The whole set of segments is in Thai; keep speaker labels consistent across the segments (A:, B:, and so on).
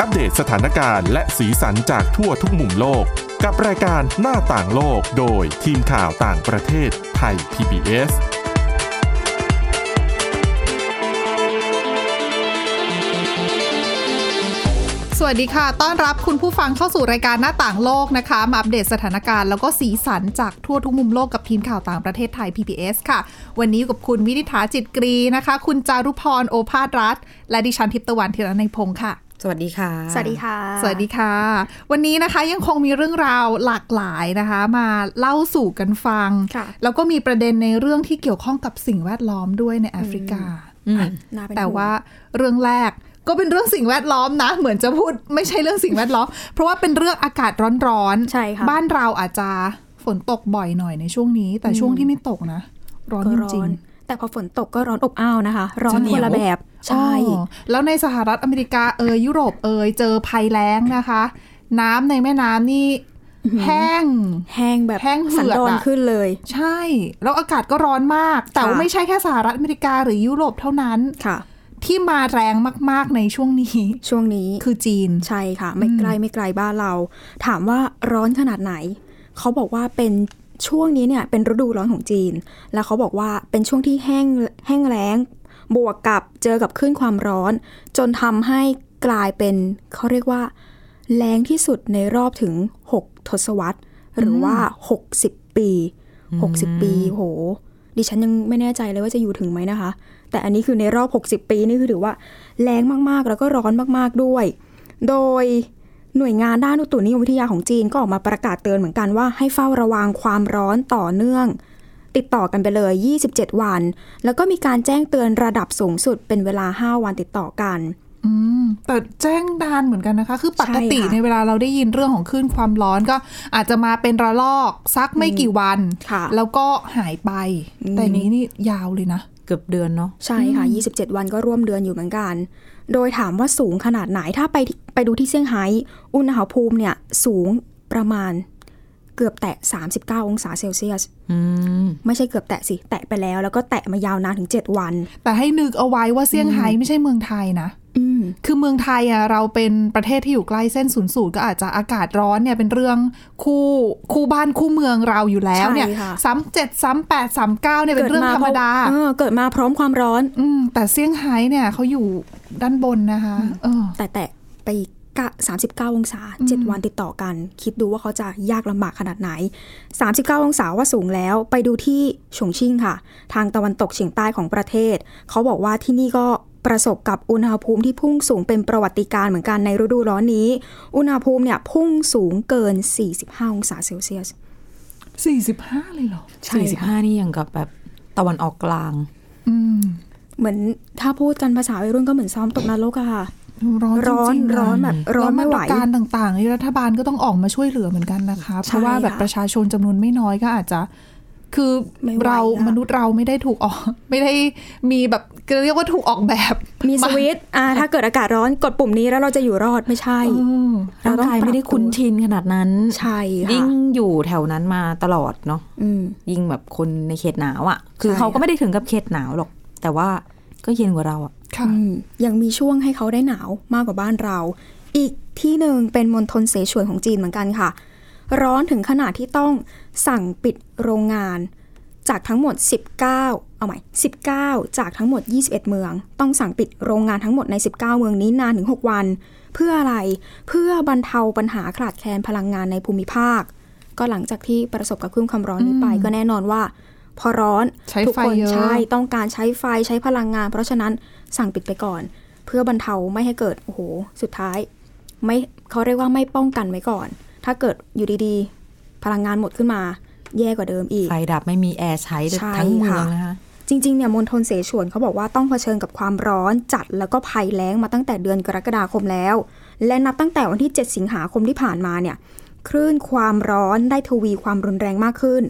A: อัปเดตสถานการณ์และสีสันจากทั่วทุกมุมโลก กับรายการหน้าต่างโลกโดยทีมข่าวต่างประเทศไทย PBS
B: สวัสดีค่ะ ต้อนรับคุณผู้ฟังเข้าสู่รายการหน้าต่างโลกนะคะ มาอัปเดตสถานการณ์แล้วก็สีสันจากทั่วทุกมุมโลกกับทีมข่าวต่างประเทศไทย PBS ค่ะ วันนี้อยู่กับคุณวินิษฐาจิตกรีนะคะ คุณจารุพรโอภาสรัฐ และดิฉันทิพย์ตะวันธีรนัยพงค์ค่ะ
C: สวัสดีค่ะ
D: สวัสดีค่ะ
B: สวัสดีค่ะ วันนี้นะคะยังคงมีเรื่องราวหลากหลายนะคะ มาเล่าสู่กันฟัง
D: ค่ะ
B: แล้วก็มีประเด็นในเรื่องที่เกี่ยวข้องกับสิ่งแวดล้อมด้วยในแอฟริกา
D: น่เป็น
B: แต่
D: ห่ง
B: ว่าเรื่องแรกก็เป็นเรื่องสิ่งแวดล้อมนะ เหมือนจะพูดไม่ใช่เรื่องสิ่งแวดล้อม เพราะว่าเป็นเรื่องอากาศร้อนๆ
D: ใช่ค่ะ
B: บ้านเราอาจจะฝนตกบ่อยหน่อยในช่วงนี้ แต่ช่วงที่ไม่ตกนะ ร้อนจ
D: ก็ร้
B: ริ
D: อง น แต่พอฝนตกก็ร้อนอบอ้าวนะคะ ร้อน
C: จะเหนี
D: ค
C: ยว
D: นละแบบ
B: ๆ
D: ใช่
B: อ๋อแล้วในสหรัฐอเมริกาเอยยุโรปเอยเจอภัยแล้งนะคะ น้ำในแม่น้ำนี่แห้ง
D: แห้งแบบ
B: แห้งเหือด
D: สันดอน
B: อะ
D: ขึ้นเลย
B: ใช่ แล้วอากาศก็ร้อนมาก แต่ว่า
D: ค่ะ
B: ไม่ใช่แค่สหรัฐอเมริกาหรือยุโรปเท่านั้น
D: ค่ะ
B: ที่มาแรงมากๆในช่วงนี้
D: ช่วงนี้
B: คือจีน
D: ใช่ค่ะ ไม่ไกลไม่ไกลบ้านเรา ถามว่าร้อนขนาดไหน เขาบอกว่าเป็นช่วงนี้เนี่ยเป็นฤดูร้อนของจีน แล้วเขาบอกว่าเป็นช่วงที่แห้งแห้งแล้ง บวกกับเจอกับคลื่นความร้อน จนทำให้กลายเป็นเขาเรียกว่า แรงที่สุดในรอบถึง 6 ทศวรรษ หรือว่า 60 ปี 60 ปีโห ดิฉันยังไม่แน่ใจเลยว่าจะอยู่ถึงไหมนะคะ แต่อันนี้คือในรอบ 60 ปีนี่คือถือว่า แรงมากๆ แล้วก็ร้อนมากๆด้วย โดยหน่วยงานด้านอุตุนิยมวิทยาของจีนก็ออกมาประกาศเตือนเหมือนกันว่าให้เฝ้าระวังความร้อนต่อเนื่อง ติดต่อกันไปเลย 27 วัน แล้วก็มีการแจ้งเตือนระดับสูงสุดเป็นเวลา 5 วันติดต่อกัน
B: อืมแต่แจ้งนานเหมือนกันนะคะ คือปกติ
D: ใช่ค่ะ
B: ในเวลาเราได้ยินเรื่องของคลื่นความร้อนก็อาจจะมาเป็นระลอกสักไม่กี่วัน
D: ค่ะ
B: แล้วก็หายไป
D: อืม
B: แต่นี้นี่ยาวเลยนะ
C: เกือบเดือนเนาะ
D: ใช่ค่ะ 27 วันก็ร่วมเดือนอยู่เหมือนกัน โดยถามว่าสูงขนาดไหน ถ้าไปที่ไปดูที่เซี่ยงไฮ้ อุณหภูมิเนี่ยสูงประมาณเกือบแตะ 39 องศาเซลเซียส
C: อืม
D: ไม่ใช่เกือบแตะสิ แตะไปแล้ว แล้วก็แตะมายาวนานถึง 7 วัน
B: แต่ให้นึกเอาไว้ว่าเซี่ยงไฮ้ไม่ใช่เมืองไทยนะ
D: อืม
B: คือเมืองไทยอ่ะเราเป็นประเทศที่อยู่ใกล้เส้นศูนย์สูตรก็อาจจะอากาศร้อนเนี่ยเป็นเรื่องคู่คู่บ้านคู่เมืองเราอยู่แล้วเนี่ย
D: ใช่ค่ะ
B: ซ้ำเจ็ดซ้ำแปดซ้ำเก้าเนี่ยเป็นเรื่องธรรมดา
D: เออเกิดมาพร้อมความร้อน
B: อืมแต่เซี่ยงไฮ้เนี่ยเขาอยู่ด้านบนนะคะเออ
D: แต่แตะไปกะ39 องศา 7 วันติดต่อกัน คิดดูว่าเขาจะยากลำบากขนาดไหน 39 องศาว่าสูงแล้วไปดูที่ฉงชิ่งค่ะ ทางตะวันตกเฉียงใต้ของประเทศ เขาบอกว่าที่นี่ก็ประสบกับอุณหภูมิที่พุ่งสูงเป็นประวัติการณ์เหมือนกันในฤดูร้อนนี้ อุณหภูมิเนี่ยพุ่งสูงเกิน 45 องศาเซลเซียส
B: สี่สิบห้าเลยเหรอ
D: ใช่
C: สี่
D: ค่ะ
C: สิบห้านี่ยังกับแบบตะวันออกกลาง
B: อืม
D: เหมือนถ้าพูดกันภาษาวัยรุ่นก็เหมือนซ้อมตกนรกอะค่ะ
B: ร้อนจ
D: ร้อน
B: ริงๆะ
D: ร้อนแบบร้อนไม่ไหว
B: แล้วาตรการต่างๆนี่รัฐบาลก็ต้องออกมาช่วยเหลือเหมือนกันนะคะ เพราะว่าแบบ
D: ค่ะ
B: ประชาชนจำนวนไม่น้อยก็อาจจะ คือ
D: ไม่ไหว
B: เรา
D: อะ
B: มนุษย์เราไม่ได้ถูกออก ไม่ได้มีแบบเรียกว่าถูกออกแบบ
D: มีสวิตช์อ่าถ้าเกิดอากาศร้อนกดปุ่มนี้แล้วเราจะอยู่รอดไม่ใช่
B: เออ
D: เรา
C: ร่าง
D: ต้อง
C: กาย
D: ปรับ
C: ไม่ได้คุ้น
D: ตัว
C: ชินขนาดนั้น
D: ใช่ค่ะ
C: ยิ่งอยู่แถวนั้นมาตลอดเนาะ
D: อืม
C: ยิ่งแบบคนในเขตหนาวอะ่ะ คือ
D: ใช่
C: เขาก็
D: ค่ะ
C: ไม่ได้ถึงกับเขตหนาวหรอก แต่ว่าก็เย็นกว่าเราอะ่ะ
B: ค่ะ
D: อืมยังมีช่วงให้เขาได้หนาวมากกว่าบ้านเรา อีกที่หนึ่งเป็นมณฑลเสฉวนของจีนเหมือนกันค่ะ ร้อนถึงขนาดที่ต้องสั่งปิดโรงงาน จากทั้งหมด 19 เอาใหม่ 19 จากทั้งหมด 21 เมือง ต้องสั่งปิดโรงงานทั้งหมดใน 19 เมืองนี้นานถึง 6 วัน เพื่ออะไร เพื่อบรรเทาปัญหาขาดแคลนพลังงานในภูมิภาค ก็หลังจากที่ประสบกับคลื่นความร้อนนี้ไป ก็แน่นอนว่า พอร้อน
B: ใช้
D: ทุก
B: ไฟ
D: คน
B: เยอะ
D: ใช่ต้องการใช้ไฟใช้พลังงาน เพราะฉะนั้นสั่งปิดไปก่อน เพื่อบรรเทาไม่ให้เกิดโอ้โหสุดท้าย ไม่เขาเรียกว่าไม่ป้องกันไว้ก่อน ถ้าเกิดอยู่ดีๆ พลังงานหมดขึ้นมา แย่กว่าเดิมอีก
C: ไฟดับไม่มีแอร์ใช้
D: ใช่
C: ทั้งเมือง
D: ค่ะ
C: นะคะ
D: จริงๆ เนี่ยมณฑลเสฉวนเขาบอกว่าต้องเผชิญกับความร้อนจัดแล้วก็ภัยแล้งมาตั้งแต่เดือนกรกฎาคมแล้ว และนับตั้งแต่วันที่ 7 สิงหาคมที่ผ่านมาเนี่ยคลื่นความร้อนได้ทวีความรุนแรงมากขึ้น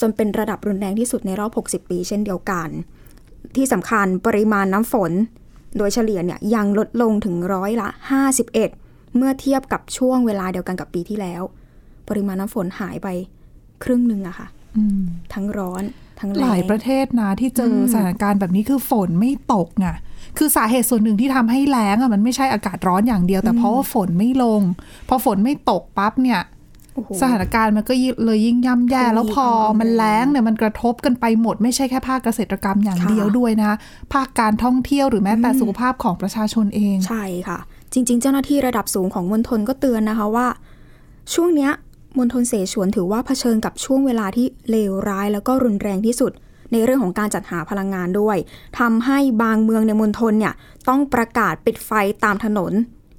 D: จนเป็นระดับรุนแรงที่สุดในรอบ 60 ปี เช่นเดียวกัน ที่สำคัญปริมาณน้ำฝน โดยเฉลี่ยเนี่ยยังลดลงถึงร้อยละ 51 เมื่อเทียบกับช่วงเวลาเดียวกันกับปีที่แล้ว ปริมาณน้ำฝนหายไปครึ่งหนึ่งอะค่ะ
B: อืม
D: ทั้งร้อนทั้งแรง
B: หลายประเทศนะที่เจออสถานการณ์แบบนี้คือฝนไม่ตกไง คือสาเหตุส่วนหนึ่งที่ทำให้แล้งอ่ะมันไม่ใช่อากาศร้อนอย่างเดียว แต่เพราะว่าฝนไม่ลง พอฝนไม่ตกปั๊บเนี่ย
D: โอ้โห
B: สถานการณ์มันก็ยิ่งเลยยิ่งย่ำแย่
D: คง
B: แล้วพอ
D: ยิ่งย่ำแย่
B: มันแล้งเนี่ยมันกระทบกันไปหมดไม่ใช่แค่ภาคเกษตรกรรมอย่าง
D: ค่ะ
B: เดียวด้วยนะ ภาคการท่องเที่ยวหรือแม้แต่สุขภาพของประชาชนเอง
D: ใช่ค่ะ จริง ๆ เจ้าหน้าที่ระดับสูงของมณฑลก็เตือนนะคะว่า ช่วงเนี้ยมณฑลเสฉวนถือว่าเผชิญกับช่วงเวลาที่เลวร้ายแล้วก็รุนแรงที่สุด ในเรื่องของการจัดหาพลังงานด้วยทำให้บางเมืองในมณฑลเนี่ยต้องประกาศปิดไฟตามถนน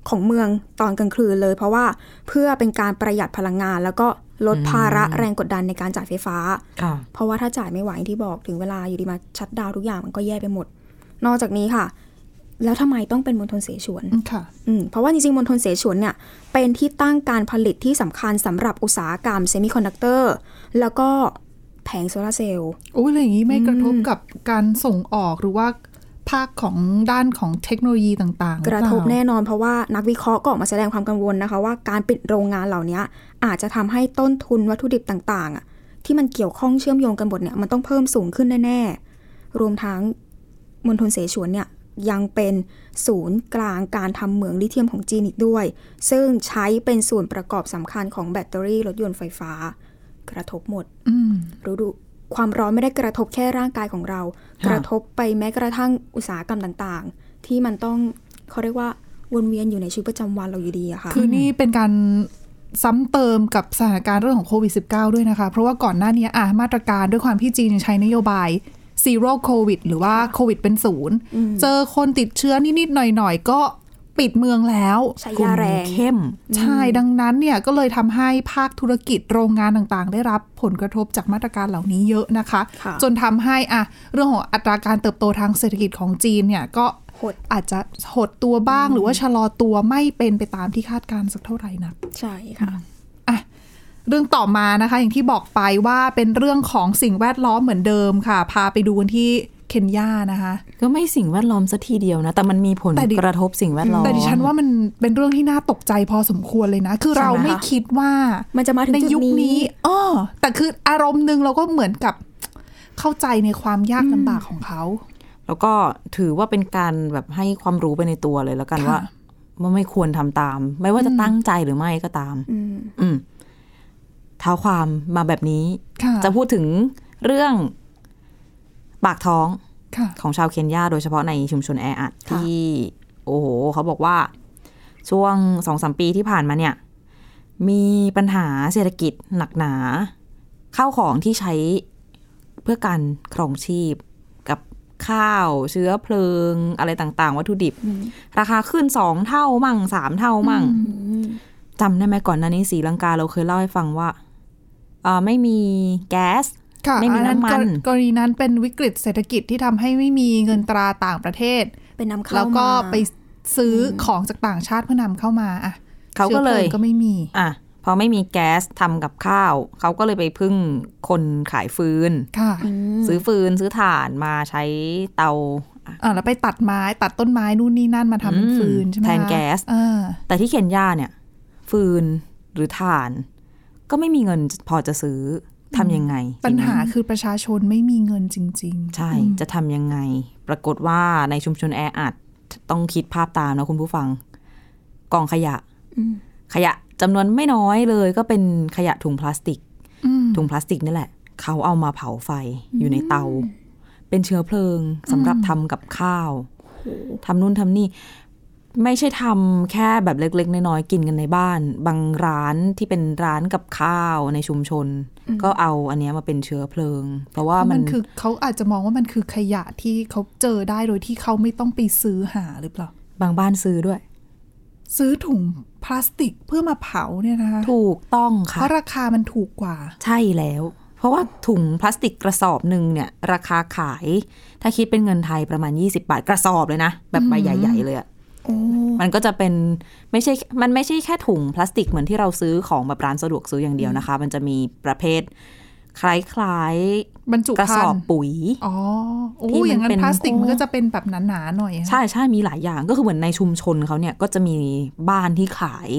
D: ของเมืองตอนกลางคืนเลย เพราะว่าเพื่อเป็นการประหยัดพลังงาน แล้วก็ลดภาระแรงกดดันในการจ่ายไฟฟ้า
C: ค่ะ
D: เพราะว่าถ้าจ่ายไม่ไหวอย่างที่บอกถึงเวลาอยู่ดีมาชัดดาวน์ทุกอย่างมันก็แย่ไปหมด นอกจากนี้ค่ะ แล้วทำไมต้องเป็นมณฑลเสฉวน
B: ค่ะ
D: อืมเพราะว่าจริงๆมณฑลเสฉวนเนี่ย เป็นที่ตั้งการผลิตที่สำคัญสำหรับอุตสาหกรรมเซมิคอนดักเตอร์แล้วก็แผงโซลาร์เซลล์
B: โอ้ยแล้วอย่างนี้ไม่กระทบกับการส่งออกหรือว่าภาคของด้านของเทคโนโลยีต่างๆห
D: ก
B: อ
D: ระ
B: เปล่า
D: ทบแน่นอนเพราะว่านักวิเคราะห์ก็ออกมาแสดงความกังวลนะคะ ว่าการปิดโรงงานเหล่านี้อาจจะทำให้ต้นทุนวัตถุดิบต่างๆอะที่มันเกี่ยวข้องเชื่อมโยงกันหมดเนี่ยมันต้องเพิ่มสูงขึ้นแน่ๆ รวมทั้งมณฑลเสฉวนเนี่ยยังเป็นศูนย์กลางการทำเหมืองลิเธียมของจีนอีกด้วย ซึ่งใช้เป็นส่วนประกอบสำคัญของแบตเตอรี่รถยนต์ไฟฟ้า กระทบหมด
B: อืม
D: ฤดูความร้อนไม่ได้กระทบแค่ร่างกายของเรา
C: ค่ะ
D: กระทบไปแม้กระทั่งอุตสาหกรรมต่างๆ ที่มันต้องเขาเรียกว่าวนเวียนอยู่ในชีวิตประจำวันเราอยู่ดีอะค่ะ
B: คือนี่เป็นการซ้ำเติมกับสถานการณ์เรื่องของโควิด -19 ด้วยนะคะ เพราะว่าก่อนหน้านี้อ่ะมาตรการด้วยความที่จีนยังใช้นโยบาย zero covid หรือว่าโควิดเป็นศูนย์ เจอคนติดเชื้อนิด ๆ หน่อย ๆ ก็ปิดเมืองแล้ว
D: ใช้ยาแรง
C: เข้ม
B: ใช่ดังนั้นเนี่ยก็เลยทำให้ภาคธุรกิจโรงงานต่างๆ ได้รับผลกระทบจากมาตรการเหล่านี้เยอะนะคะ
D: ค่ะ
B: จนทำให้อะเรื่องของอัตราการเติบโตทางเศรษฐกิจของจีนเนี่ยก็
D: หด
B: อาจจะหดตัวบ้างหรือว่าชะลอตัวไม่เป็นไปตามที่คาดการณ์สักเท่าไหร่นะ
D: ใช่ค่ะ
B: อะเรื่องต่อมานะคะอย่างที่บอกไปว่าเป็นเรื่องของสิ่งแวดล้อมเหมือนเดิมค่ะ พาไปดูกันที่เคนยานะคะ
C: ก็ไม่สิ่งแวดล้อมสัทีเดียวนะ แต่มันมีผล
B: แต่ดิ
C: กระทบสิ่งแวดล้อม
B: แต่ดิฉันว่ามันเป็นเรื่องที่น่าตกใจพอสมควรเลยนะ คือ
C: ใช่ไหม
B: เราไม่คิดว่า
D: มันจะมาถึง
B: ใน
D: จุด
B: ยุคนี้
D: นี้
B: อ้อแต่คืออารมณ์หนึ่งเราก็เหมือนกับเข้าใจในความยากลำบากของเขา
C: แล้วก็ถือว่าเป็นการแบบให้ความรู้ไปในตัวเลยแล้วกัน
B: ค่ะ
C: ว่าว่าไม่ควรทำตาม ไม่ว่าจะตั้งใจหรือไม่ก็ตาม
D: อืม
C: อืมเท้าความมาแบบนี้
B: ค่ะ
C: จะพูดถึงเรื่องปากท้อง
B: ค่ะ
C: ของชาวเคนยาโดยเฉพาะในชุมชนแออัด
D: ค่ะ
C: ที่ โอ้โห เขาบอกว่า ช่วงสองสามปีที่ผ่านมาเนี่ย มีปัญหาเศรษฐกิจหนักหนา ข้าวของที่ใช้เพื่อการครองชีพ กับข้าวเชื้อเพลิง อะไรต่างๆ วัตถุดิบ ราคาขึ้นสองเท่ามั่งสามเท่ามั่ง จำได้ไหมก่อนหน้านี้สีลังกาเราเคยเล่าให้ฟังว่าเอ่อไม่มีแก๊ส
B: ค่ะ
C: ไม่มี
B: อั
C: น้ำมัน
B: กรกรณีนั้นเป็นวิกฤตเศรษฐกิจที่ทำให้ไม่มีเงินตราต่างประเทศ
D: เป็นนำเข้า
B: แล้วก็
D: มา
B: ไปซื้ออของจากต่างชาติเพื่อนำเข้ามาอะ
C: เขาก็เลย
B: ชื้อพงก็ไม่มี
C: อ่ะพอไม่มีแก๊สทำกับข้าว เขาก็เลยไปพึ่งคนขายฟืน
B: ค่ะ
C: ซื้อฟืนซื้อถ่านมาใช้เตา
B: อ่าแล้วไปตัดไม้ตัดต้นไม้นู่นนี่นั่นมาทำเป็น
C: อืม
B: ฟืนใช่ไหม
C: แทน
B: คะ
C: แก๊ส
B: อ่า
C: แต่ที่เคนยาเนี่ย ฟืนหรือถ่าน ก็ไม่มีเงินพอจะซื้อทำยังไง
B: ปัญหาคือประชาชนไม่มีเงินจริง
C: ใช่จะทำยังไง ปรากฏว่าในชุมชนแออัดต้องคิดภาพตามนะคุณผู้ฟัง กองขยะ
D: อืม
C: ขยะจำนวนไม่น้อยเลย ก็เป็นขยะถุงพลาสติก
B: ๆ อืม
C: ถุงพลาสติกนี่แหละ เขาเอามาเผาไฟอยู่ในเตา เป็นเชื้อเพลิงสำหรับทำกับข้าวทำนู่นทำนี่ ไม่ใช่ทำแค่แบบเล็ก ๆ น้อยๆกินกันในบ้าน บางร้านที่เป็นร้านกับข้าวในชุมชน ก็เอาอันเนี้ยมาเป็นเชื้อเพลิง เพราะว่ามัน
B: มันคือเขาอาจจะมองว่ามันคือขยะที่เขาเจอได้โดยที่เขาไม่ต้องไปซื้อหาหรือเปล่า
C: บางบ้านซื้อด้วย
B: ซื้อถุงพลาสติกเพื่อมาเผาเนี่ยนะคะ
C: ถูกต้อง
B: เพ
C: ค่ะ
B: ราะราคามันถูกกว่า
C: ใช่แล้ว เพราะว่าถุงพลาสติกกระสอบหนึ่งเนี่ย ราคาขาย ถ้าคิดเป็นเงินไทยประมาณ 20 บาทกระสอบเลยนะ แบบใบใหญ่ ๆ เลยอะ
D: โอ้
C: มันก็จะเป็นไม่ใช่ มันไม่ใช่แค่ถุงพลาสติกเหมือนที่เราซื้อของแบบร้านสะดวกซื้ออย่างเดียวนะคะ มันจะมีประเภท คล้าย
B: บรรจุ
C: ๆกระ
B: ภั
C: ส
B: ณ
C: อบ
B: ฑ์
C: ปุ๋ย
B: อ๋อโอ้
C: ที่มัน
B: อย่างนั้
C: เป็นน
B: พลาสติก
C: โอ้
B: มันก็จะเป็นแบบหนาๆหน่อยอะ
C: ใช่ใช่มีหลายอย่างก็คือเหมือนในชุมชนเขาเนี่ยก็จะมีบ้านที่ขาย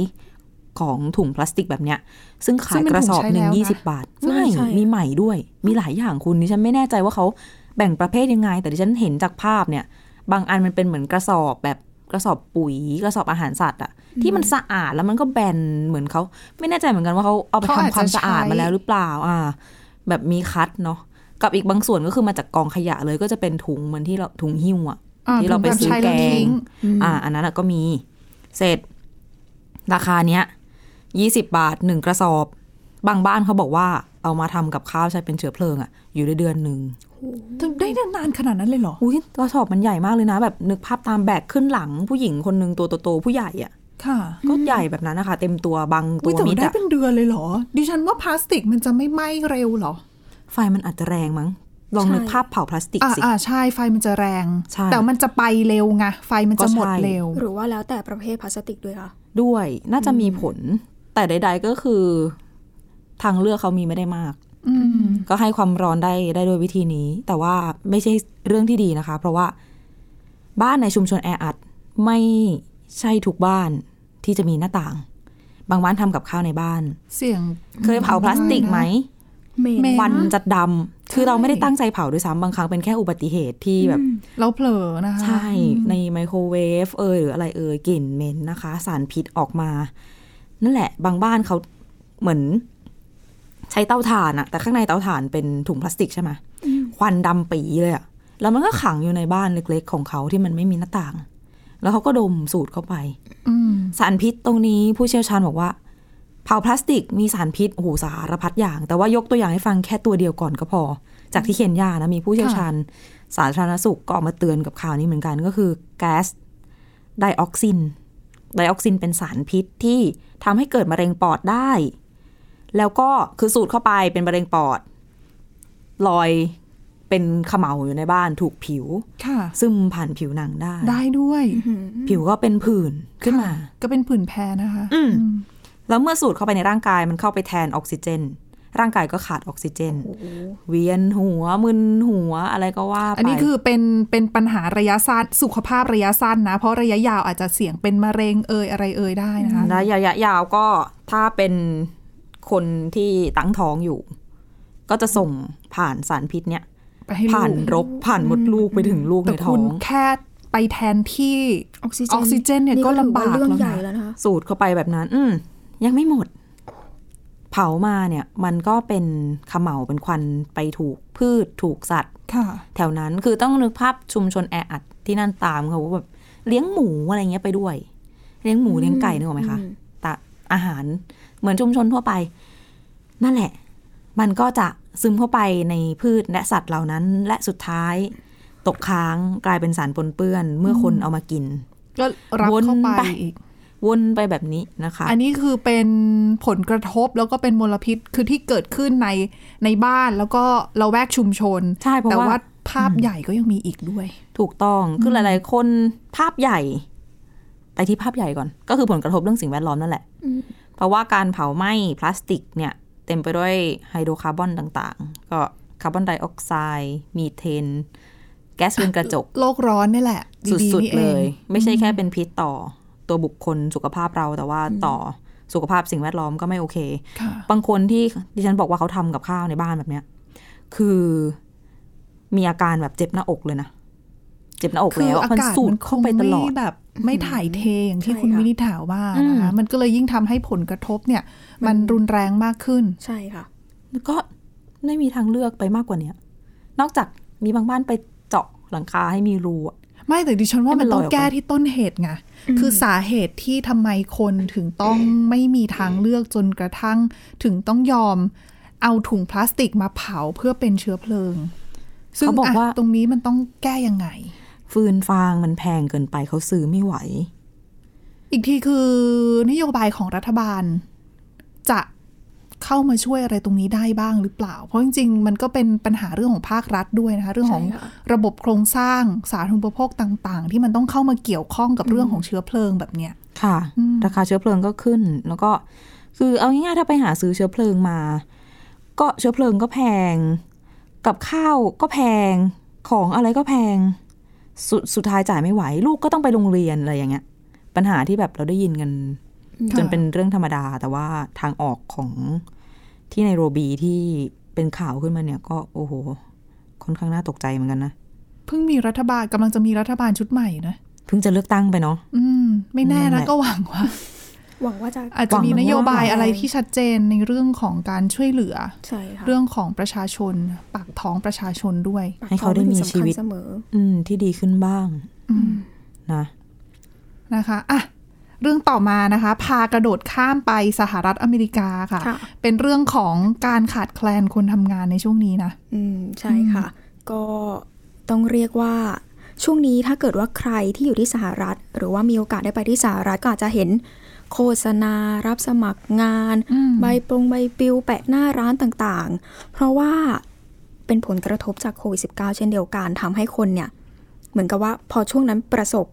C: ของถุงพลาสติกแบบเนี้ย ซึ่งขายกระสอบหนึ่งยี่สิบบาทไม่มีใหม่ด้วย มีหลายอย่างคุณดิฉันไม่แน่ใจว่าเขาแบ่งประเภทยังไง แต่ดิฉันเห็นจากภาพเนี่ย บางอันมันเป็นเหมือนกระสอบแบบกระสอบปุ๋ยกระสอบอาหารสัตว์อะที่มันสะอาดแล้วมันก็แบนเหมือนเขาไม่แน่ใจเหมือนกันว่าเขาเอาไป
B: เขาอาจจะ
C: ทำความสะอาด
B: ใช้
C: มาแล้วหรือเปล่าอ่า แบบมีคัดเนาะกับอีกบางส่วนก็คือมาจากกองขยะเลยก็จะเป็นถุงเหมือนที่เราถุงหิ้วอะ
B: อ่
C: ที่เราไปซื้อ
B: ถุแบ
C: แกง
B: บใช้ล้วทิ้
C: อ่า อันนั้นน่ะก็มี เสร็จ ราคาเนี้ยยี่สิบบาทหนึ่งกระสอบ บางบ้านเขาบอกว่าเอามาทำกับข้าวใช้เป็นเชื้อเพลิงอะอยู่ได้เดือนหนึ่ง
B: ทำได้นานๆขนาดนั้นเลยเหรอ
C: อุ้ยกระสอบมันใหญ่มากเลยนะ แบบนึกภาพตามแบกขึ้นหลังผู้หญิงคนหนึ่งตัวโตๆผู้ใหญ่อะ
B: ค่ะ
C: ก็ใหญ่แบบนั้นนะคะ เต็มตัวบางตั
B: อุ๊ยว แต่
C: มี
B: ว่าได้
C: แต่
B: เป็นเดือนเลยเหรอ ดิฉันว่าพลาสติกมันจะไม่ไหม้เร็วเหรอ
C: ไฟมันอาจจะแรงมั้ง ลอง
D: ใช่
C: นึกภาพเผาพลาสติก
B: อ่า
C: สิ
B: อ่าใช่ไฟมันจะแรง
C: ใช่
B: แต่มันจะไปเร็วไงไฟมันจะหมด
C: ก็ใช่
B: เร็ว
D: หรือว่าแล้วแต่ประเภทพลาสติกด้วยค่ะ
C: ด้วยน่าจะมีผล แต่ใด ๆก็คือ ทางเลือกเขามีไม่ได้มาก
B: อืม
C: ก็ให้ความร้อนได้ได้ด้วยวิธีนี้ แต่ว่าไม่ใช่เรื่องที่ดีนะคะ เพราะว่าบ้านในชุมชนแออัดไม่ใช่ทุกบ้านที่จะมีหน้าต่าง บางบ้านทำกับข้าวในบ้าน
B: เสียง
C: เคยเผาพลาสติกไหม
D: เมน
B: เหม็น
C: ควันจะดำคือเราไม่ได้ตั้งใจเผาด้วยซ้ำบางครั้งเป็นแค่อุบัติเหตุที่แบบ
B: เราเผลอนะคะ
C: ใช่ในไมโครเวฟเอยหรืออะไรเอยกลิ่นเหม็นนะคะ สารพิษออกมา นั่นแหละ บางบ้านเขาเหมือน ใช้เตาถ่านอะแต่ข้างในเตาถ่านเป็นถุงพลาสติกใช่ไหมควันดำปีเลยอะแล้วมันก็ขังอยู่ในบ้านเล็กๆ ของเขาที่มันไม่มีหน้าต่าง แล้วเขาก็ดมสูดเข้าไป
B: อืม
C: สารพิษตรงนี้ผู้เชี่ยวชาญบอกว่า เผาพลาสติกมีสารพิษโอ้โหสารพัดอย่าง แต่ว่ายกตัวอย่างให้ฟังแค่ตัวเดียวก่อนก็พอ จากที่เคนยานะมีผู้เชี่ยวชาญ สาธารณสุขก็ออกมาเตือนกับข่าวนี้เหมือนกันก็คือแก๊สไดออกซิน ไดออกซินเป็นสารพิษที่ทำให้เกิดมะเร็งปอดได้ แล้วก็คือสูดเข้าไปเป็นมะเร็งปอด ลอยเป็นเขมเหลาอยู่ในบ้านถูกผิว
B: ค่ะ
C: ซึมผ่านผิวหนังได้
B: ได้ด้วย
C: ผิวก็เป็นผื่นขึ้นมา
B: ก็เป็นผื่นแพ้นะคะ
C: อืม แล้วเมื่อสูดเข้าไปในร่างกายมันเข้าไปแทนออกซิเจน ร่างกายก็ขาดออกซิเจน เวียนหัวมึนหัวอะไรก็ว่าไป
B: อันนี้คือเป็นเป็นปัญหาระยะสั้นสุขภาพระยะสั้นนะ เพราะระยะยาวอาจจะเสี่ยงเป็นมะเร็งเอยอะไรเอยได้นะคะ
C: และระยะยาวก็ถ้าเป็นคนที่ตั้งท้องอยู่ ก็จะส่งผ่านสารพิษเนี่ย
B: ไปให้ลู
C: ผ่าน
B: ก
C: รบผ่านมดลูกไปถึงลูก
B: แต่
C: ในท้อ
B: คุณ
C: ง
B: แค่ไปแทนที่
D: ออกซิเจน
B: ออกซิเจนเนี่ยก็
D: ถือ
B: ลำบาก
D: ว่เรื่อง
B: แล้วนะ
D: ใหญ่แล้วนะคะ
C: สูดเข้าไปแบบนั้น อืมยังไม่หมด เผามาเนี่ย มันก็เป็นเขมเหลาเป็นควันไปถูกพืชถูกสัตว
B: ค่ะ
C: แถวนั้นคือต้องนึกภาพชุมชนแออัดที่นั่นตามค่ะว่าแบบเลี้ยงหมูอะไรเงี้ยไปด้วย เลี้ยงหมูเลี้ยงไก่นึกออกไหมคะ
D: อืม
C: ตะอาหารเหมือนชุมชนทั่วไป นั่นแหละ มันก็จะซึมเข้าไปในพืชและสัตว์เหล่านั้น และสุดท้าย ตกค้างกลายเป็นสารปนเปื้อน เมื่อคนเอามากิน
B: ก็รับเข้าไป
C: วนไป
B: อีก
C: วนไปแบบนี้นะคะ
B: อันนี้คือเป็นผลกระทบแล้วก็เป็นมลพิษคือที่เกิดขึ้นในในบ้านแล้วก็เราแวกชุมชน
C: ใช่เพราะ
B: แต่
C: ว่า
B: ว่าภาพใหญ่ก็ยังมีอีกด้วย
C: ถูกต้อง คือหลาย ๆ คนภาพใหญ่ ไปที่ภาพใหญ่ก่อน ก็คือผลกระทบเรื่องสิ่งแวดล้อมนั่นแหละ เพราะว่าการเผาไหม้พลาสติกเนี่ย เต็มไปด้วยไฮโดรคาร์บอนต่าง ๆ ก็คาร์บอนไดออกไซด์ มีเทน แก๊สเรือนกระจก
B: โลกร้อนนี่แหละดี
C: สุด
B: ๆนี่
C: ๆ
B: อ
C: เล
B: ง
C: ย ไม่ใช่แค่เป็นพิษต่อตัวบุคคลสุขภาพเราแต่ว่าต่อสุขภาพสิ่งแวดล้อมก็ไม่โอเค
B: ค่ะ
C: บางคนที่ดิฉันบอกว่าเขาทำกับข้าวในบ้านแบบเนี้ย คือมีอาการแบบเจ็บหน้าอกเลยนะ เจ็บหน้าอก
B: คือ
C: แล้ว
B: อา
C: มัน
B: กาศ
C: สูด
B: มันค
C: เข้าง ไปตล
B: ไม่
C: อด
B: แบบไม่ถ่ายเทอย่างที่
D: ใช่
B: คุณ
D: ค่ะ
B: วินิถาว่านะคะมันก็เลยยิ่งทำให้ผลกระทบเนี่ย มันรุนแรงมากขึ้น
D: ใช่ค่ะ
C: ก็ไม่มีทางเลือกไปมากกว่าเนี้ย นอกจากมีบางบ้านไปเจาะหลังคาให้มีรูอะ
B: ไม่แต่ดิฉันว่า
C: ให้มั
B: มัน นต้อง
C: ลอยออกไป
B: แก้ที่ต้นเหตุไงคือสาเหตุที่ทำไมคนถึงต้องไม่มีทางเลือกจนกระทั่ง ถึงต้องยอมเอาถุงพลาสติกมาเผาเพื่อเป็นเชื้อเพลิง ซึ่ง
C: เขาบอกว่า
B: ะตรงนี้มันต้องแก้ยังไง
C: ฟืนฟางมันแพงเกินไปเขาซื้อไม่ไหว
B: อีกทีคือนโยบายของรัฐบาล จะเข้ามาช่วยอะไรตรงนี้ได้บ้างหรือเปล่า เพราะจริงๆ มันก็เป็นปัญหาเรื่องของภาครัฐด้วยนะคะ เรื่องของ
D: ใช่ค่ะ
B: ระบบโครงสร้างสาธารณูปโภคต่าง ๆ ที่มันต้องเข้ามาเกี่ยวข้องกับเรื่องของเชื้อเพลิงแบบเนี้ย
C: ค่ะ
B: อืม
C: ราคาเชื้อเพลิงก็ขึ้น แล้วก็คือเอาง่ายๆถ้าไปหาซื้อเชื้อเพลิงมา ก็เชื้อเพลิงก็แพง กับข้าวก็แพงของอะไรก็แพง สุดสุดท้ายจ่ายไม่ไหว ลูกก็ต้องไปโรงเรียนอะไรอย่างเงี้ย ปัญหาที่แบบเราได้ยินกัน จนเป็นเรื่องธรรมดา แต่ว่าทางออกของที่ไนโรบีที่เป็นข่าวขึ้นมาเนี่ย ก็โอ้โหค่อนข้างน่าตกใจเหมือนกันนะ
B: เพิ่งมีรัฐบาลกำลังจะมีรัฐบาลชุดใหม่นะ
C: เพิ่งจะเลือกตั้งไปเนาะ
B: อืม ไม่แน่
C: นั่นแห
B: นะ
C: ละ
B: ก็หวังว่า
D: หวังว่าจะ
B: อาจจะมีนโยบายอะไรที่ชัดเจนในเรื่องของการช่วยเหลือ
D: ใช่ค่ะ
B: เรื่องของประชาชน ปากท้องประชาชนด้วย
D: ปก
C: ให้เขาได้มีชีวิต
D: ท้องเป็นสำคัญเสมอ
C: อืม ที่ดีขึ้นบ้าง
B: อืม
C: นะ
B: นะคะอ่ะเรื่องต่อมานะคะ พากระโดดข้ามไปสหรัฐอเมริกาค่ะ
D: ค่ะ
B: เป็นเรื่องของการขาดแคลนคนทำงานในช่วงนี้นะ
D: อืมใช่ค่ะ ก็ต้องเรียกว่าช่วงนี้ถ้าเกิดว่าใครที่อยู่ที่สหรัฐ หรือว่ามีโอกาสได้ไปที่สหรัฐก็อาจจะเห็นโฆษณารับสมัครงาน
B: อืม
D: ใบปรงใบปลิวแปะหน้าร้านต่างๆ เพราะว่าเป็นผลกระทบจากโควิด -19 เช่นเดียวกันทำให้คนเนี่ย เหมือนกับว่าพอช่วงนั้นประสบ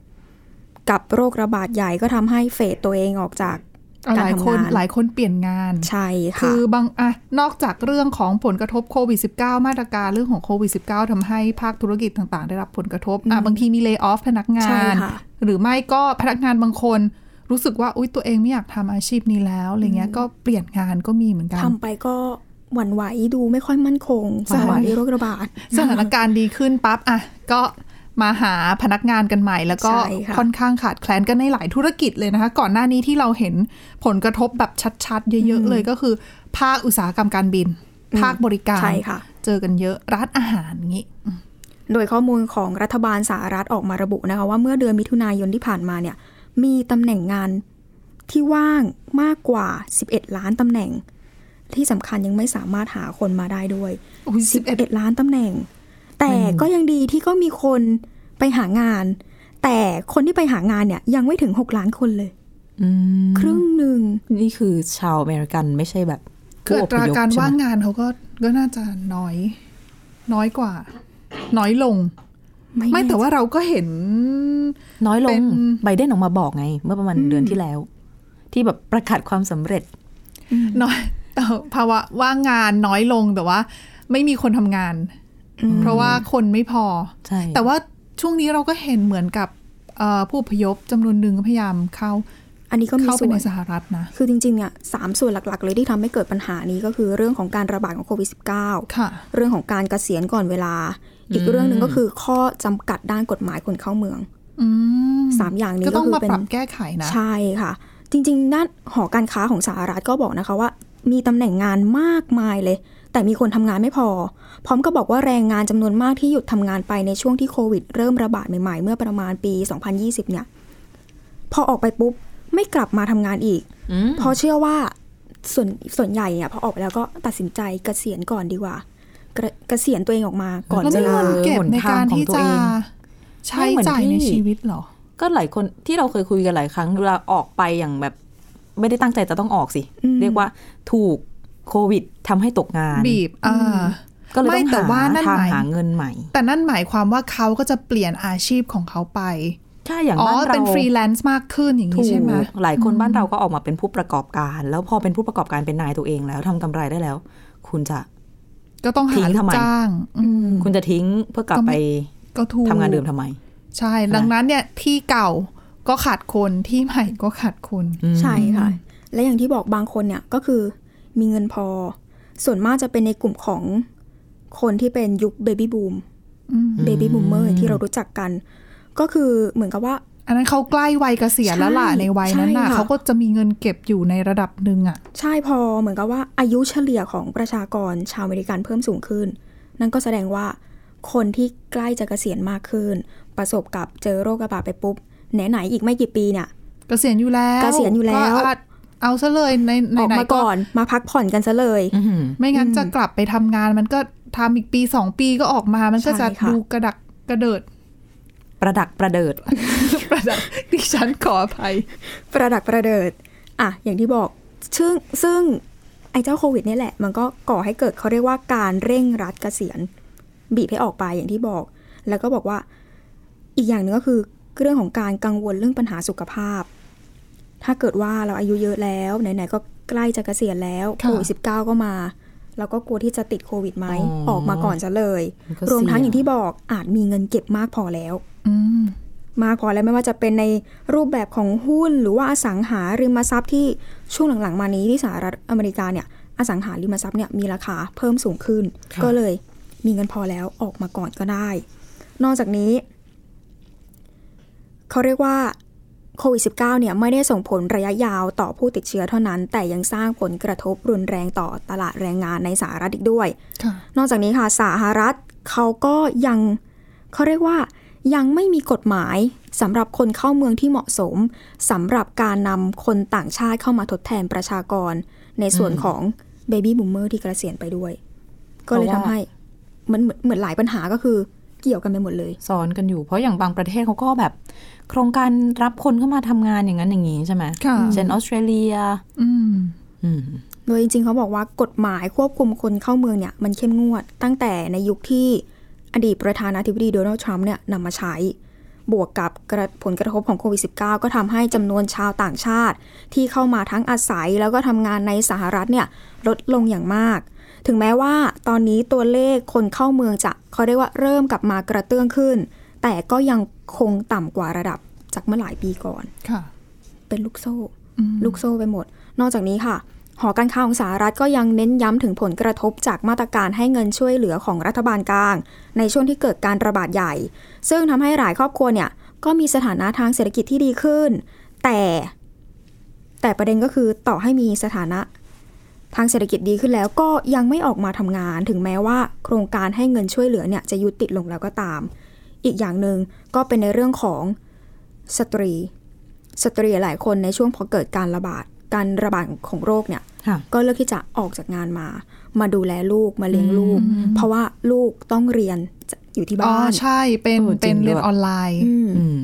D: กับโรคระบาดใหญ่ก็ทำให้เฟดตัวเองออกจาก
B: เอา
D: กา
B: ห
D: ร
B: ลายคน
D: ทำงาน
B: หลายคนเปลี่ยนงาน
D: ใช่ค่ะ
B: คือบางอ่ะนอกจากเรื่องของผลกระทบโควิด -19 มาตรการเรื่องของโควิด -19 ทำให้ภาคธุรกิจต่างๆ ได้รับผลกระทบอ่ะ
D: อืม
B: บางทีมีเล y off พนักงา
D: ใช่
B: น
D: ค่ะ
B: หรือไม่ก็พนักงานบางคน รู้สึกว่าอุ้ยตัวเองไม่อยากทำอาชีพนี้แล้วอะไรเงี้ย
D: อืม
B: ก็เปลี่ยนงานก็มีเหมือนกัน
D: ทำไปก็หวั่นไหวดูไม่ค่อยมั่นคงหวั่นไหวโรคระบาด
B: สถานการณ์ดีขึ้นปั๊บอ่ะก็มาหาพนักงานกันใหม่ แล้วก็
D: ใช่ค่ะ
B: ค่อนข้างขาดแคลนกันในหลายธุรกิจเลยนะคะ ก่อนหน้านี้ที่เราเห็นผลกระทบแบบชัดๆ เยอะๆเลยก็คือ ภาคอุตสาหกรรมการบิน ภาคบริการ
D: ใช่ค่ะ
B: เจอกันเยอะร้านอาหารอย่างงี้
D: โดยข้อมูลของรัฐบาลสหรัฐออกมาระบุนะคะว่าเมื่อเดือนมิถุนายนที่ผ่านมาเนี่ยมีตำแหน่งงานที่ว่างมากกว่า 11 ล้านตำแหน่ง ที่สำคัญยังไม่สามารถหาคนมาได้ด้วย
B: อุ้ยสิบเอ็ด
D: 11 ล้านตำแหน่ง แต่ก็ยังดีที่ก็มีคนไปหางาน แต่คนที่ไปหางานเนี่ยยังไม่ถึง 6 ล้านคนเลย
C: อืม
D: ครึ่งหนึ่ง
C: นี่คือชาวอเมริกันไม่ใช่แบบ
B: คืออัตรา
C: ผู้พยพ
B: การ
C: ใช่ไหม
B: ว่างงานเขาก็ก็น่าจะน้อย น้อยกว่า น้อยลง ไม่แต่ว่าเราก็เห็น
C: น้อยล
B: เป็
C: ง
B: น
C: ไบเดนออกมาบอกไง เมื่อประมาณเดือนที่แล้ว ที่แบบประกาศความสำเร็จ
B: น้อยแต่ภาวะว่างงานน้อยลงแต่ว่า ไม่มีคนทำงาน เพราะว่าคนไม่พอ
C: ใช่
B: แต่ว่าช่วงนี้เราก็เห็นเหมือนกับเอ่อผู้อพยพจำนวนหนึ่งก็พยายามเข้า
D: อันนี้ก็มี
B: เข้าไป
D: ส่ว
B: ใน
D: น
B: สหรัฐนะ
D: คือจริงๆเนี่ยสามส่วนหลักๆ เลยที่ทำให้เกิดปัญหานี้ก็คือเรื่องของการระบาดของโควิด -19
B: ค่ะ
D: เรื่องของการเกษียณก่อนเวลา อีกเรื่องหนึ่งก็คือข้อจำกัดด้านกฎหมายคนเข้าเมือง
B: อืม
D: สามอย่างนี้
B: ก็
D: ก็
B: ต้อง
D: คือ
B: มา
D: เป็น
B: ปรับแก้ไขนะ
D: ใช่ค่ะ จริงๆ ด้านหอการค้าของสหรัฐก็บอกนะคะว่า มีตำแหน่งงานมากมายเลย แต่มีคนทำงานไม่พอ พร้อมก็บอกว่าแรงงานจำนวนมากที่หยุดทำงานไปในช่วงที่โควิด เริ่มระบาดใหม่ๆ เมื่อประมาณปี 2020 เนี่ยพอออกไปปุ๊บไม่กลับมาทำงานอีก
C: อืม
D: เพราะเชื่อว่าส่วนส่วนใหญ่เนี่ยพอออกไปแล้วก็ตัดสินใจเกษียณก่อนดีกว่าเกรเกษียณตัวเองออกมาก่อน
B: แล้ว
D: จะ
B: ไม่
D: ลา
B: เงินเก็บในการที่จะใช้จ่ายในชีวิตเหรอ
C: ก็หลายคนที่เราเคยคุยกันหลายครั้งเวลาออกไปอย่างแบบ ไม่ได้ตั้งใจจะต้องออกสิ เรียกว่าถูกโควิดทำให้ตกงาน
B: บีบ อ่า
C: ก็เลยต้อง
B: ไม่แต่
C: หา
B: ว่านั่น
C: ทา
B: ห
C: ง
B: มาย
C: หาเงินใหม่
B: แต่นั่นหมายความว่าเขาก็จะเปลี่ยนอาชีพของเขาไป
C: ใช่อย่าง
B: อ๋อ
C: บ้านเรา
B: เป็นฟรีแลนซ์มากขึ้นอย่าง
C: ถู
B: นี้
C: ก
B: ใช่ไหม
C: หลายคนบ้านเราก็ออกมาเป็นผู้ประกอบการ แล้วพอเป็นผู้ประกอบการเป็นนายตัวเองแล้วทำกำไรได้แล้ว คุณจะ
B: ก็ต้อง
C: ทิ้
B: หาง ลูก
C: ทำไม
B: จ้างอืม
C: คุณจะทิ้งเพื่อกลับ
B: ก็ไม่
C: ไป
B: ก็ถูก
C: ทำงานเดิมทำไม
B: ใช่ ดังนั้นเนี่ยที่เก่าก็ขาดคนที่ใหม่ก็ขาดคน
D: ใช่ค่ะ และอย่างที่บอกบางคนเนี่ยก็คือมีเงินพอ ส่วนมากจะเป็นในกลุ่มของคนที่เป็นยุคเบบี้บูม
B: อืม
D: เบบี้บูมเมอร์ที่เรารู้จักกัน ก็คือเหมือนกับว่า
B: อันนั้นเขาใกล้วัยเกษียณ
D: ใช่
B: แล้วล่ะในวัยนั้นน่ะ
D: ใช่ค่ะ
B: เขาก็จะมีเงินเก็บอยู่ในระดับหนึ่งอ่ะ
D: ใช่พอเหมือนกับว่าอายุเฉลี่ยของประชากรชาวอเมริกันเพิ่มสูงขึ้น นั่นก็แสดงว่าคนที่ใกล้จะเกษียณมากขึ้น ประสบกับเจอโรคระบาดไปปุ๊บไหนๆอีกไม่กี่ปีเนี่ย
B: เกษียณอยู่แล้ว
D: เกษียณอยู่แล้ว
B: ก็อาจเอาซะเลยในใน
D: ออก
B: ไหน
D: มาก่อนมาพักผ่อนกันซะเลย
C: อื้อหือ
B: ไม่งั้นจะกลับไปทำงาน มันก็ทำอีกปีสองปีก็ออกมา มันก็
D: ใช่
B: จะ
D: ค่ะ
B: ดูกระดักกระเดิด
C: ประดักประเดิด
B: ประดับดิฉันขออภัย
D: ประดักประเดิดอ่ะอย่างที่บอกซึ่งซึ่งไอ้เจ้าโควิดเนี่ยแหละ มันก็ก่อให้เกิดเขาเรียกว่าการเร่งรัดเกษียณ บีบให้ออกไปอย่างที่บอก แล้วก็บอกว่าอีกอย่างหนึ่งก็คือเรื่องของการกังวลเรื่องปัญหาสุขภาพ ถ้าเกิดว่าเราอายุเยอะแล้วไหนๆก็ใกล้จะเกษียณแล้ว
B: ค่ะ
D: โควิดสิก็มา เราก็กลัวที่จะติดโควิดไหม
C: อ๋อ
D: ออกมาก่อนซะเลย
C: มันก็
D: รวมทั้ง
C: เสี่ยง
D: อย่างที่บอกอาจมีเงินเก็บมากพอแล้ว
B: อืม
D: มากพอแล้วไม่ว่าจะเป็นในรูปแบบของหุ้น หรือว่าอสังหาริมทรัพย์ที่ช่วงหลังๆ มานี้ที่สหรัฐอเมริกาเนี่ยอสังหาริมทรัพย์เนี่ยมีราคาเพิ่มสูงขึ้น
C: ค่ะ
D: ก็เลยมีเงินพอแล้วออกมาก่อนก็ได้ นอกจากนี้ เขาเรียกว่าโควิด -19 เนี่ยไม่ได้ส่งผลระยะยาวต่อผู้ติดเชื้อเท่านั้น แต่ยังสร้างผลกระทบรุนแรงต่อตลาดแรงงานในสหรัฐอีกด้วย
B: ค่ะ
D: นอกจากนี้ค่ะสหรัฐเขาก็ยังเขาเรียกว่ายังไม่มีกฎหมายสำหรับคนเข้าเมืองที่เหมาะสมสำหรับการนำคนต่างชาติเข้ามาทดแทนประชากร ในส่วนของเบบี้บูมเมอร์ที่เกษียณไปด้วย ก็เล
C: เพราะ
D: ย
C: ว่า
D: ทำให้มันเหมือนเหมือนหลายปัญหาก็คือเกี่ยวกันไปหมดเลย
C: ซ้อนกันอยู่ เพราะอย่างบางประเทศเขาก็แบบ โครงการรับคนเข้ามาทำงานอย่างนั้นอย่างนี้ใช่ไหม
B: ค่ะ
C: เช่นออสเตรเลีย
B: อืม
C: อืม
D: โดยจริงๆ เขาบอกว่ากฎหมายควบคุมคนเข้าเมืองเนี่ยมันเข้มงวด ตั้งแต่ในยุคที่อดีตประธานาธิบดีโดนัลด์ทรัมป์เนี่ยนำมาใช้ บวกกับกระผลกระทบของโควิด -19 ก็ทำให้จำนวนชาวต่างชาติ ที่เข้ามาทั้งอาศัยแล้วก็ทำงานในสหรัฐเนี่ยลดลงอย่างมาก ถึงแม้ว่าตอนนี้ตัวเลขคนเข้าเมืองจะเขาเรียกว่าเริ่มกลับมากระเตื้องขึ้น แต่ก็ยังคงต่ำกว่าระดับจากเมื่อหลายปีก่อน
B: ค่ะ
D: เป็นลูกโซ่
B: อืม
D: ลูกโซ่ไปหมด นอกจากนี้ค่ะ หอการค้าของสหรัฐก็ยังเน้นย้ำถึงผลกระทบจากมาตรการให้เงินช่วยเหลือของรัฐบาลกลาง ในช่วงที่เกิดการระบาดใหญ่ ซึ่งทำให้หลายครอบครัวเนี่ย ก็มีสถานะทางเศรษฐกิจที่ดีขึ้น แต่ แต่ประเด็นก็คือต่อให้มีสถานะ ทางเศรษฐกิจดีขึ้นแล้วก็ยังไม่ออกมาทำงาน ถึงแม้ว่า โครงการให้เงินช่วยเหลือเนี่ยจะยุติลงแล้วก็ตาม อีกอย่างหนึ่งก็เป็นในเรื่องของสตรี สตรีหลายคนในช่วงพอเกิดการระบาด การระบาดของโรคเนี่ย
C: ค่ะ
D: ก็เลือกที่จะออกจากงานมา มาดูแลลูกมาเลี้ยงลูก เพราะว่าลูกต้องเรียนจะอยู่ที่
B: อ๋อ
D: บ้าน
B: ใช่ เป็น
C: เออจริง
B: เป็นเรีย
C: ด้
B: น
C: วย
B: ออนไลน์
D: อืม
C: อืม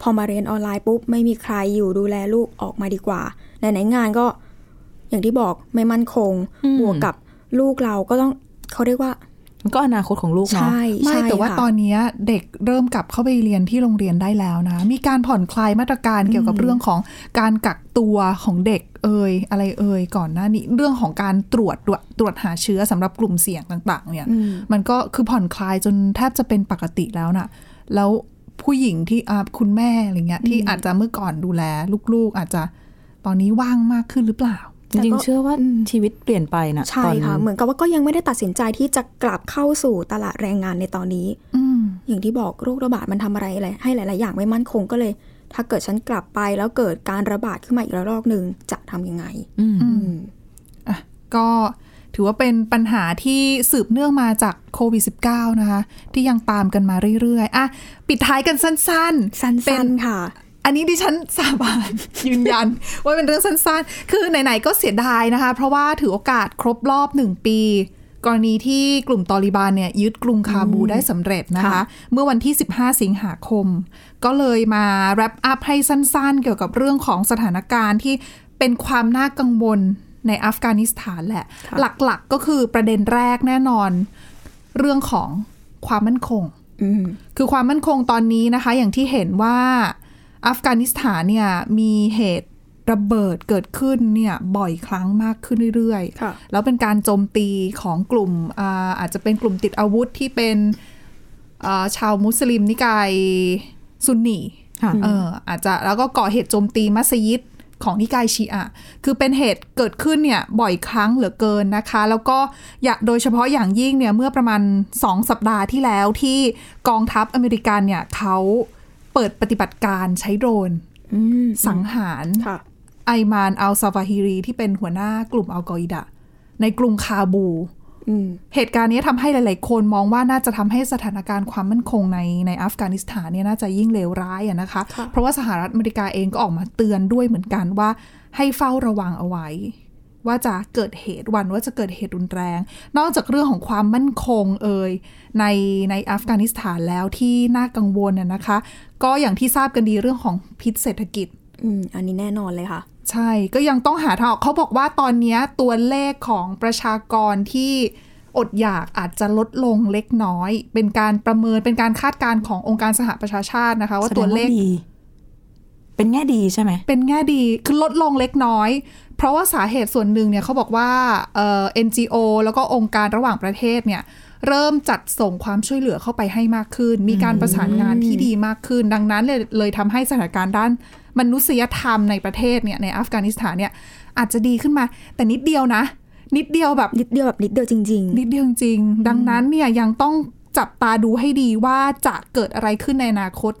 D: พอมาเรียนออนไลน์ปุ๊บ ไม่มีใครอยู่ดูแลลูกออกมาดีกว่าไหนๆงานก็อย่างที่บอกไม่มั่นคง
C: อืม
D: บวกกับลูกเราก็ต้องเขาเรียกว่า
C: มันก็อนาคตของลูกเนาะ
D: ใช่
B: ไม่
D: ใช่
B: แต่ว่า
D: ค่ะ
B: ตอนเนี้ยเด็กเริ่มกลับเข้าไปเรียนที่โรงเรียนได้แล้วนะ มีการผ่อนคลายมาตรการเกี่ยวกับเรื่องของการกักตัวของเด็กเอ่ยอะไรเอ่ยก่อนหน้านี้ เรื่องของการตรวจด้วยตรวจหาเชื้อสำหรับกลุ่มเสี่ยงต่าง ๆ เนี่ย
D: อืม
B: มันก็คือผ่อนคลายจนแทบจะเป็นปกติแล้วน่ะ แล้วผู้หญิงที่อ่าคุณแม่อะไรเงี้ยที่อาจจะเมื่อก่อนดูแลลูกๆ อาจจะตอนนี้ว่างมากขึ้นหรือเปล่า
C: จริงๆเชื่อว่า
D: อืม
C: ชีวิตเปลี่ยนไปนะ
D: ใช่
C: ตอนนี้
D: ค่ะ เหมือนกับว่าก็ยังไม่ได้ตัดสินใจที่จะกลับเข้าสู่ตลาดแรงงานในตอนนี้
B: อืม
D: อย่างที่บอกโรคระบาดมันทำอะไรอะไรให้หลาย ๆ อย่างไม่มั่นคงก็เลย ถ้าเกิดฉันกลับไปแล้วเกิดการระบาดขึ้นมาอีกระลอกหนึ่งจะทำยังไง
C: อืม
B: อืม อ่ะก็ถือว่าเป็นปัญหาที่สืบเนื่องมาจากโควิด -19 นะคะ ที่ยังตามกันมาเรื่อยๆ อ่ะ ปิดท้ายกันสั้นๆ เป็
D: สั้น ๆ ค่ะ
B: อันนี้ดิฉันสาบาน ยืนยัน ว่าเป็นเรื่องสั้นๆ คือไหนๆก็เสียดายนะคะ เพราะว่าถือโอกาสครบรอบหนึ่งปี กรณีที่กลุ่มตอริบานเนี่ยยึดกรุงคาบูได้สำเร็จนะคะ
C: ค่ะ
B: เมื่อวันที่ 15 สิงหาคม ก็เลยมาแรปอัพให้สั้นๆ เกี่ยวกับเรื่องของสถานการณ์ที่เป็นความน่ากังวลในอัฟกานิสถานแหละ
D: ค่ะ
B: หลักๆก็คือประเด็นแรกแน่นอน เรื่องของความมั่นคง
D: อืม
B: คือความมั่นคงตอนนี้นะคะ อย่างที่เห็นว่าอัฟกานิสถานเนี่ยมีเหตุระเบิดเกิดขึ้นเนี่ยบ่อยครั้งมากขึ้นเรื่อย
D: ค่ะ
B: แล้วเป็นการโจมตีของกลุ่มอาอาจจะเป็นกลุ่มติดอาวุธที่เป็นอ่าชาวมุสลิมนิกายซุนนี
C: ค่ะ
B: เอออาจจะแล้วก็ก่อเหตุโจมตีมัสยิดของนิกายชีอะคือเป็นเหตุเกิดขึ้นเนี่ยบ่อยครั้งเหลือเกินนะคะ แล้วก็อยากโดยเฉพาะอย่างยิ่งเนี่ยเมื่อประมาณ 2 สัปดาห์ที่แล้วที่กองทัพอเมริกันเนี่ยเขาเปิดปฏิบัติการใช้โดรน
D: อืม
B: สังหาร
D: ค่ะ
B: ไอมานอัลซาฟาฮิรีที่เป็นหัวหน้ากลุ่มอัลกออิดะในกรุงคาบู
D: อืม
B: เหตุการณ์นี้ทำให้หลาย ๆ คนมองว่าน่าจะทำให้สถานการณ์ความมั่นคงในในอัฟกานิสถานเนี่ยน่าจะยิ่งเลวร้ายอะนะคะ
D: ค่ะ
B: เพราะว่าสหรัฐอเมริกาเองก็ออกมาเตือนด้วยเหมือนกันว่า ให้เฝ้าระวังเอาไว้ ว่าจะเกิดเหตุวันว่าจะเกิดเหตุรุนแรง นอกจากเรื่องของความมั่นคงเอ่ยในในอัฟกานิสถานแล้วที่น่ากังวลอะนะคะ ก็อย่างที่ทราบกันดีเรื่องของพิษเศรษฐกิจ
D: อืม อันนี้แน่นอนเลยค่ะ
B: ใช่ ก็ยังต้องหาทางออกเขาบอกว่าตอนเนี้ยตัวเลขของประชากรที่อดอยากอาจจะลดลงเล็กน้อย เป็นการประเมินเป็นการคาดการณ์ขององค์การสหประชาชาตินะคะ ว่า
C: แสดง
B: ตัวเลข
C: ดี เป็นแง่ดีใช่ไหม
B: เป็นแง่ดี คือลดลงเล็กน้อย เพราะว่าสาเหตุส่วนหนึ่งเนี่ยเขาบอกว่าเอ่อ NGO แล้วก็องค์การระหว่างประเทศเนี่ยเริ่มจัดส่งความช่วยเหลือเข้าไปให้มากขึ้น มีการประสานงานที่ดีมากขึ้น ดังนั้นเลยเลยทำให้สถานการณ์ด้านมนุษยธรรมในประเทศเนี่ยในอัฟกานิสถานเนี่ยอาจจะดีขึ้นมา แต่นิดเดียวนะ นิดเดียวแบบ
D: นิดเดียวแบบนิดเดียวจริง
B: นิดเดียวจริงๆดังนั้นเนี่ยยังต้อง จับตาดูให้ดีว่าจะเกิดอะไรขึ้นในอนาคต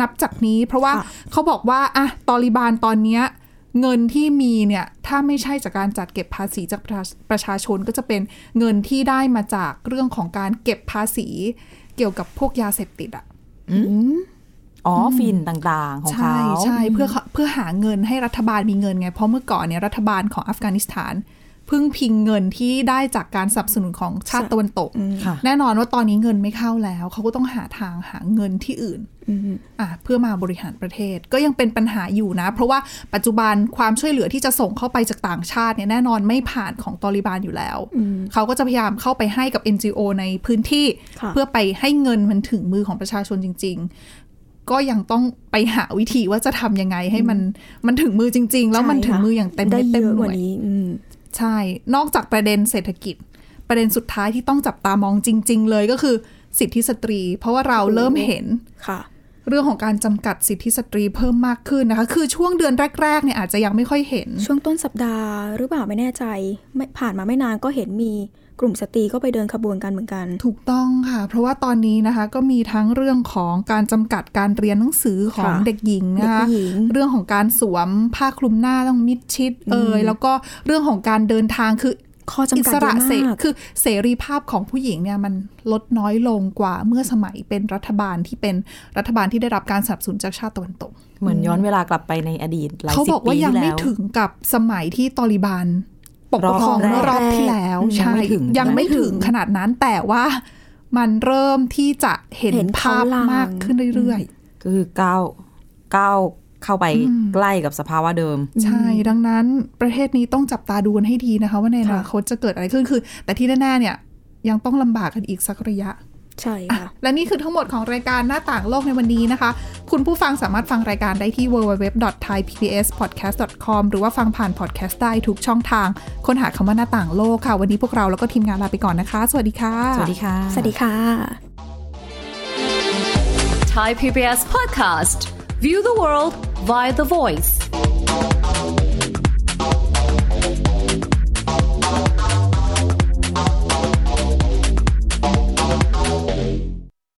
B: นับจากนี้ เพราะว่า
D: ค่ะ
B: เขาบอกว่าอะตอริบานตอนเนี้ยเงินที่มีเนี่ยถ้าไม่ใช่จากการจัดเก็บภาษีจากประชาประชาชนก็จะเป็นเงินที่ได้มาจากเรื่องของการเก็บภาษี เกี่ยวกับพวกยาเสพติดอะ
C: อ๋ออฟินต่างๆ ของเขา
B: ใช่ใช่เพื่อเขาเพื่อหาเงินให้รัฐบาลมีเงินไง เพราะเมื่อก่อนเนี่ยรัฐบาลของอัฟกานิสถาน พึ่งพิงเงินที่ได้จากการสนับสนุนของชาติตะวันตก
C: ค่ะ
B: แน่นอนว่าตอนนี้เงินไม่เข้าแล้ว เขาก็ต้องหาทางหาเงินที่อื่นอ่ะเพื่อมาบริหารประเทศก็ยังเป็นปัญหาอยู่นะ เพราะว่าปัจจุบันความช่วยเหลือที่จะส่งเข้าไปจากต่างชาติเนี่ยแน่นอนไม่ผ่านของตอริบานอยู่แล้ว เขาก็จะพยายามเข้าไปให้กับ NGO ในพื้นที่
D: ค่ะ
B: เพื่อไปให้เงินมันถึงมือของประชาชนจริง ๆ ก็ยังต้องไปหาวิธีว่าจะทำยังไงให้มันมันถึงมือจริง ๆ แล้วมัน
D: ใช่
B: ถึง
D: ค่ะ
B: มืออย่างเต็ม
D: ได้
B: เม็ดเต็ม
D: เยอะ
B: ห
D: ก
B: น่
D: ว่า
B: วย
D: นี้อืม
B: ใช่ นอกจากประเด็นเศรษฐกิจ ประเด็นสุดท้ายที่ต้องจับตามองจริง ๆ เลยก็คือสิทธิสตรี เพราะว่าเราเริ่มเห็น
D: ค่ะ
B: เรื่องของการจำกัดสิทธิสตรีเพิ่มมากขึ้นนะคะ คือช่วงเดือนแรกๆเนี่ยอาจจะยังไม่ค่อยเห็น
D: ช่วงต้นสัปดาห์หรือเปล่าไม่แน่ใจไม่ผ่านมาไม่นานก็เห็นมีกลุ่มสตรีก็ไปเดินขบวนกันเหมือนกัน
B: ถูกต้องค่ะ เพราะว่าตอนนี้นะคะก็มีทั้งเรื่องของการจำกัดการเรียนหนังสือของ
D: ค่ะ
B: เด็กหญิงนะคะ
D: เด็กหญิง
B: เรื่องของการสวมผ้าคลุมหน้าต้องมิดชิดเอ่ย
D: อืม
B: แล้วก็เรื่องของการเดินทางคือ
D: ข้อจำกัดเยอะ
B: เส
D: มาก
B: คือเสรีภาพของผู้หญิงเนี่ยมันลดน้อยลงกว่าเมื่อสมัยเป็นรัฐบาลที่เป็นรัฐบาลที่ได้รับการสนับสนุนจากชาติตะวันตก
C: เหมือนย้อนเวลากลับไปในอดีตหลาย
B: เขา
C: สิ
B: บ
C: บอกปี
B: ว่ายัง
C: ที่
B: ไม่
C: แล้ว
B: ถึงกับสมัยที่ตอริบานปก
C: รอบ
B: ครอง
C: แรก
B: รอบที่แล้ว
C: อืม
B: ใช่
C: ยังไม่ถึง
B: ยังไม่ถึงขนาดนั้นแต่ว่ามันเริ่มที่จะเห็น
D: เห็น
B: ภาพ
D: เขาลาง
B: มากขึ้นเรื่อยๆ
C: ก็คือก้าวก้าวเข้าไปใกล้กับสภาวะเดิม
B: ใช่ ดังนั้นประเทศนี้ต้องจับตาดูกันให้ดีนะคะ ว่าในอนาคตจะเกิดอะไรขึ้นคือ แต่ที่แน่ๆเนี่ยยังต้องลำบากกันอีกสักระยะ
D: ใช่ค่ะ
B: และนี่คือทั้งหมดของรายการหน้าต่างโลกในวันนี้นะคะ คุณผู้ฟังสามารถฟังรายการได้ที่ www.thaipbspodcast.com หรือว่าฟังผ่านพอดแคสต์ได้ทุกช่องทาง ค้นหาคำว่าหน้าต่างโลกค่ะ วันนี้พวกเราแล้วก็ทีมงานลาไปก่อนนะคะ สวัสดีค่ะ
C: สวัสดีค่ะ
D: สวัสดีค่ะ
E: Thai PBS podcast. View the world via the voice.